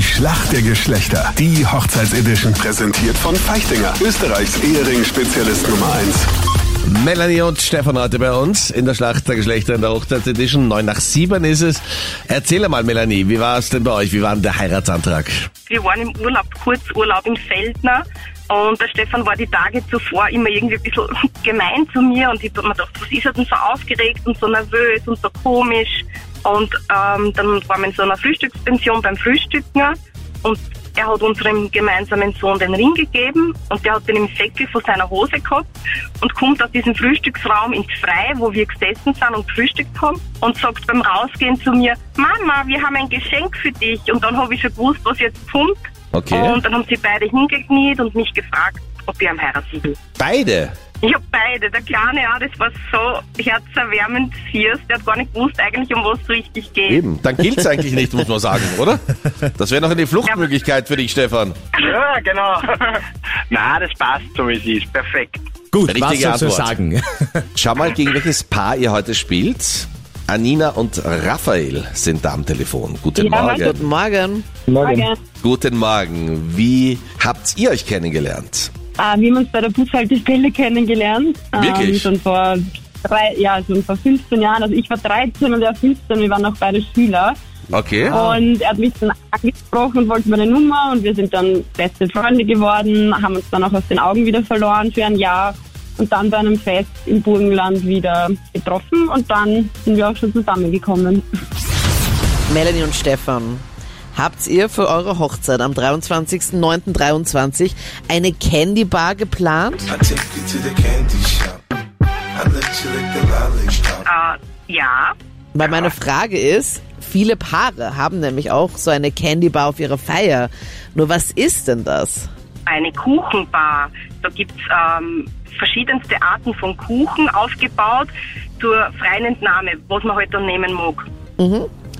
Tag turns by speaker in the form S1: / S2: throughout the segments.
S1: Schlacht der Geschlechter. Die Hochzeitsedition präsentiert von Feichtinger. Österreichs Ehering-Spezialist Nummer 1.
S2: Melanie und Stefan heute bei uns in der Schlacht der Geschlechter in der Hochzeitsedition. Neun nach sieben ist es. Erzähl einmal, Melanie, wie war es denn bei euch? Wie war denn der Heiratsantrag?
S3: Wir waren im Urlaub, Kurzurlaub in Feldner. Und der Stefan war die Tage zuvor immer irgendwie ein bisschen gemein zu mir. Und ich hab mir gedacht, was ist er denn so aufgeregt und so nervös und so komisch? Und ähm, dann waren wir in so einer Frühstückspension beim Frühstücken. Und er hat unserem gemeinsamen Sohn den Ring gegeben. Und der hat den im Säckel von seiner Hose gehabt. Und kommt aus diesem Frühstücksraum ins Freie, wo wir gesessen sind und gefrühstückt haben. Und sagt beim Rausgehen zu mir, Mama, wir haben ein Geschenk für dich. Und dann habe ich schon gewusst, was jetzt kommt.
S2: Okay.
S3: Und dann haben sie beide hingekniet und mich gefragt, ob ich am heiraten will.
S2: Beide.
S3: Ich habe beide. Der Kleine, ja, das war so herzerwärmend fierce. Der hat gar nicht gewusst eigentlich, um was es richtig geht.
S2: Eben. Dann gilt's eigentlich nicht, muss man sagen, oder? Das wäre noch eine Fluchtmöglichkeit für dich, Stefan.
S4: Ja, genau. Na, das passt so, wie es ist. Perfekt.
S5: Gut,
S2: Richtige
S5: was sollst du
S2: Antwort.
S5: sagen?
S2: Schau mal, gegen welches Paar ihr heute spielt. Anina und Raphael sind da am Telefon. Guten Morgen.
S6: Guten Morgen.
S2: Guten Morgen. Wie habt ihr euch kennengelernt?
S7: Ah, wir haben uns bei der Bushaltestelle kennengelernt. ähm,
S2: Wirklich?
S7: schon vor drei, ja, schon vor 15 Jahren. Also ich war 13 und er 15, wir waren noch beide Schüler.
S2: Okay.
S7: Und er hat mich dann angesprochen und wollte meine Nummer und wir sind dann beste Freunde geworden, haben uns dann auch aus den Augen wieder verloren für ein Jahr und dann bei einem Fest im Burgenland wieder getroffen und dann sind wir auch schon zusammengekommen.
S6: Melanie und Stefan. Habt ihr für eure Hochzeit am 23.09.23 eine Candy Bar geplant?
S8: I take you to the candy shop. I let you lick the lollipop.
S3: Äh, ja,
S6: Weil meine Frage ist, viele Paare haben nämlich auch so eine Candy Bar auf ihrer Feier. Nur was ist denn das?
S3: eine Kuchenbar. Da gibt's ähm, verschiedenste Arten von Kuchen aufgebaut zur freien Entnahme, was man heute halt dann nehmen mag.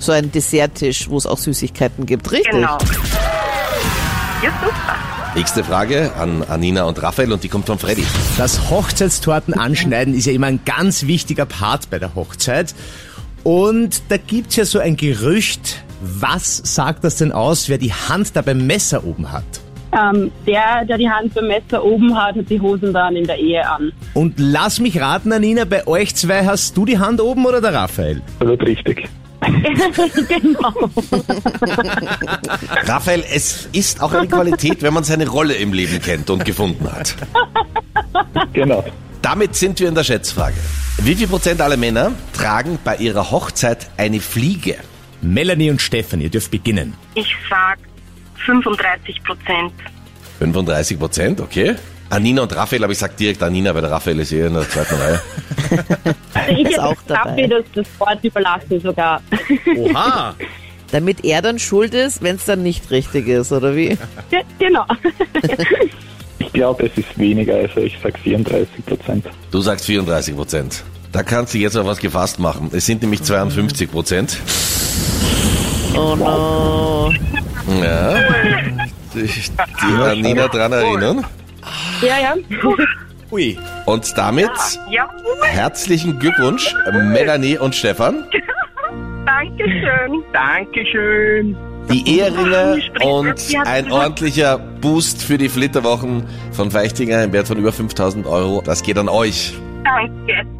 S6: So ein Desserttisch, wo es auch Süßigkeiten gibt, richtig?
S3: Genau. Ja, super.
S2: Nächste Frage an Anina und Raphael und die kommt von Freddy.
S5: Das Hochzeitstorten anschneiden ist ja immer ein ganz wichtiger Part bei der Hochzeit. Und da gibt's ja so ein Gerücht. Was sagt das denn aus, wer die Hand da beim Messer oben hat?
S7: Ähm, der, der die Hand beim Messer oben hat, hat die Hosen dann in der Ehe an.
S5: Und lass mich raten, Anina, bei euch zwei hast du die Hand oben oder der Raphael?
S9: Absolut richtig.
S7: genau.
S2: Raphael, es ist auch eine Qualität, wenn man seine Rolle im Leben kennt und gefunden hat.
S9: Genau.
S2: Damit sind wir in der Schätzfrage. Wie viel Prozent aller Männer tragen bei ihrer Hochzeit eine Fliege?
S5: Melanie und Stefan, ihr dürft beginnen.
S3: Ich sag 35 Prozent.
S2: 35 Prozent, okay. Anina und Raphael, aber ich sag direkt Anina, weil der Raphael ist eher in der zweiten Reihe.
S7: Also Ich
S6: Ist
S7: hab
S6: auch dabei.
S7: Kaffee, das, das Wort überlassen sogar.
S5: Oha!
S6: Damit er dann schuld ist, wenn es dann nicht richtig ist, oder wie?
S7: Ge- genau.
S9: Ich glaube, es ist weniger, also ich sage 34 Prozent.
S2: Du sagst 34 Prozent. Da kannst du jetzt auf was gefasst machen. Es sind nämlich 52 Prozent.
S6: Oh no.
S2: Ja. Dich Die Anina dran erinnern.
S7: Ja, ja.
S5: Ui.
S2: Und damit
S3: Ja,
S2: herzlichen Glückwunsch, Melanie und Stefan.
S3: danke schön.
S4: Dankeschön.
S2: Die Eheringe
S3: Sprich,
S2: und
S3: die hat's
S2: ein
S3: gesagt.
S2: ordentlicher Boost für die Flitterwochen von Feichtinger im Wert von über 5000 Euro. Das geht an euch.
S3: Danke.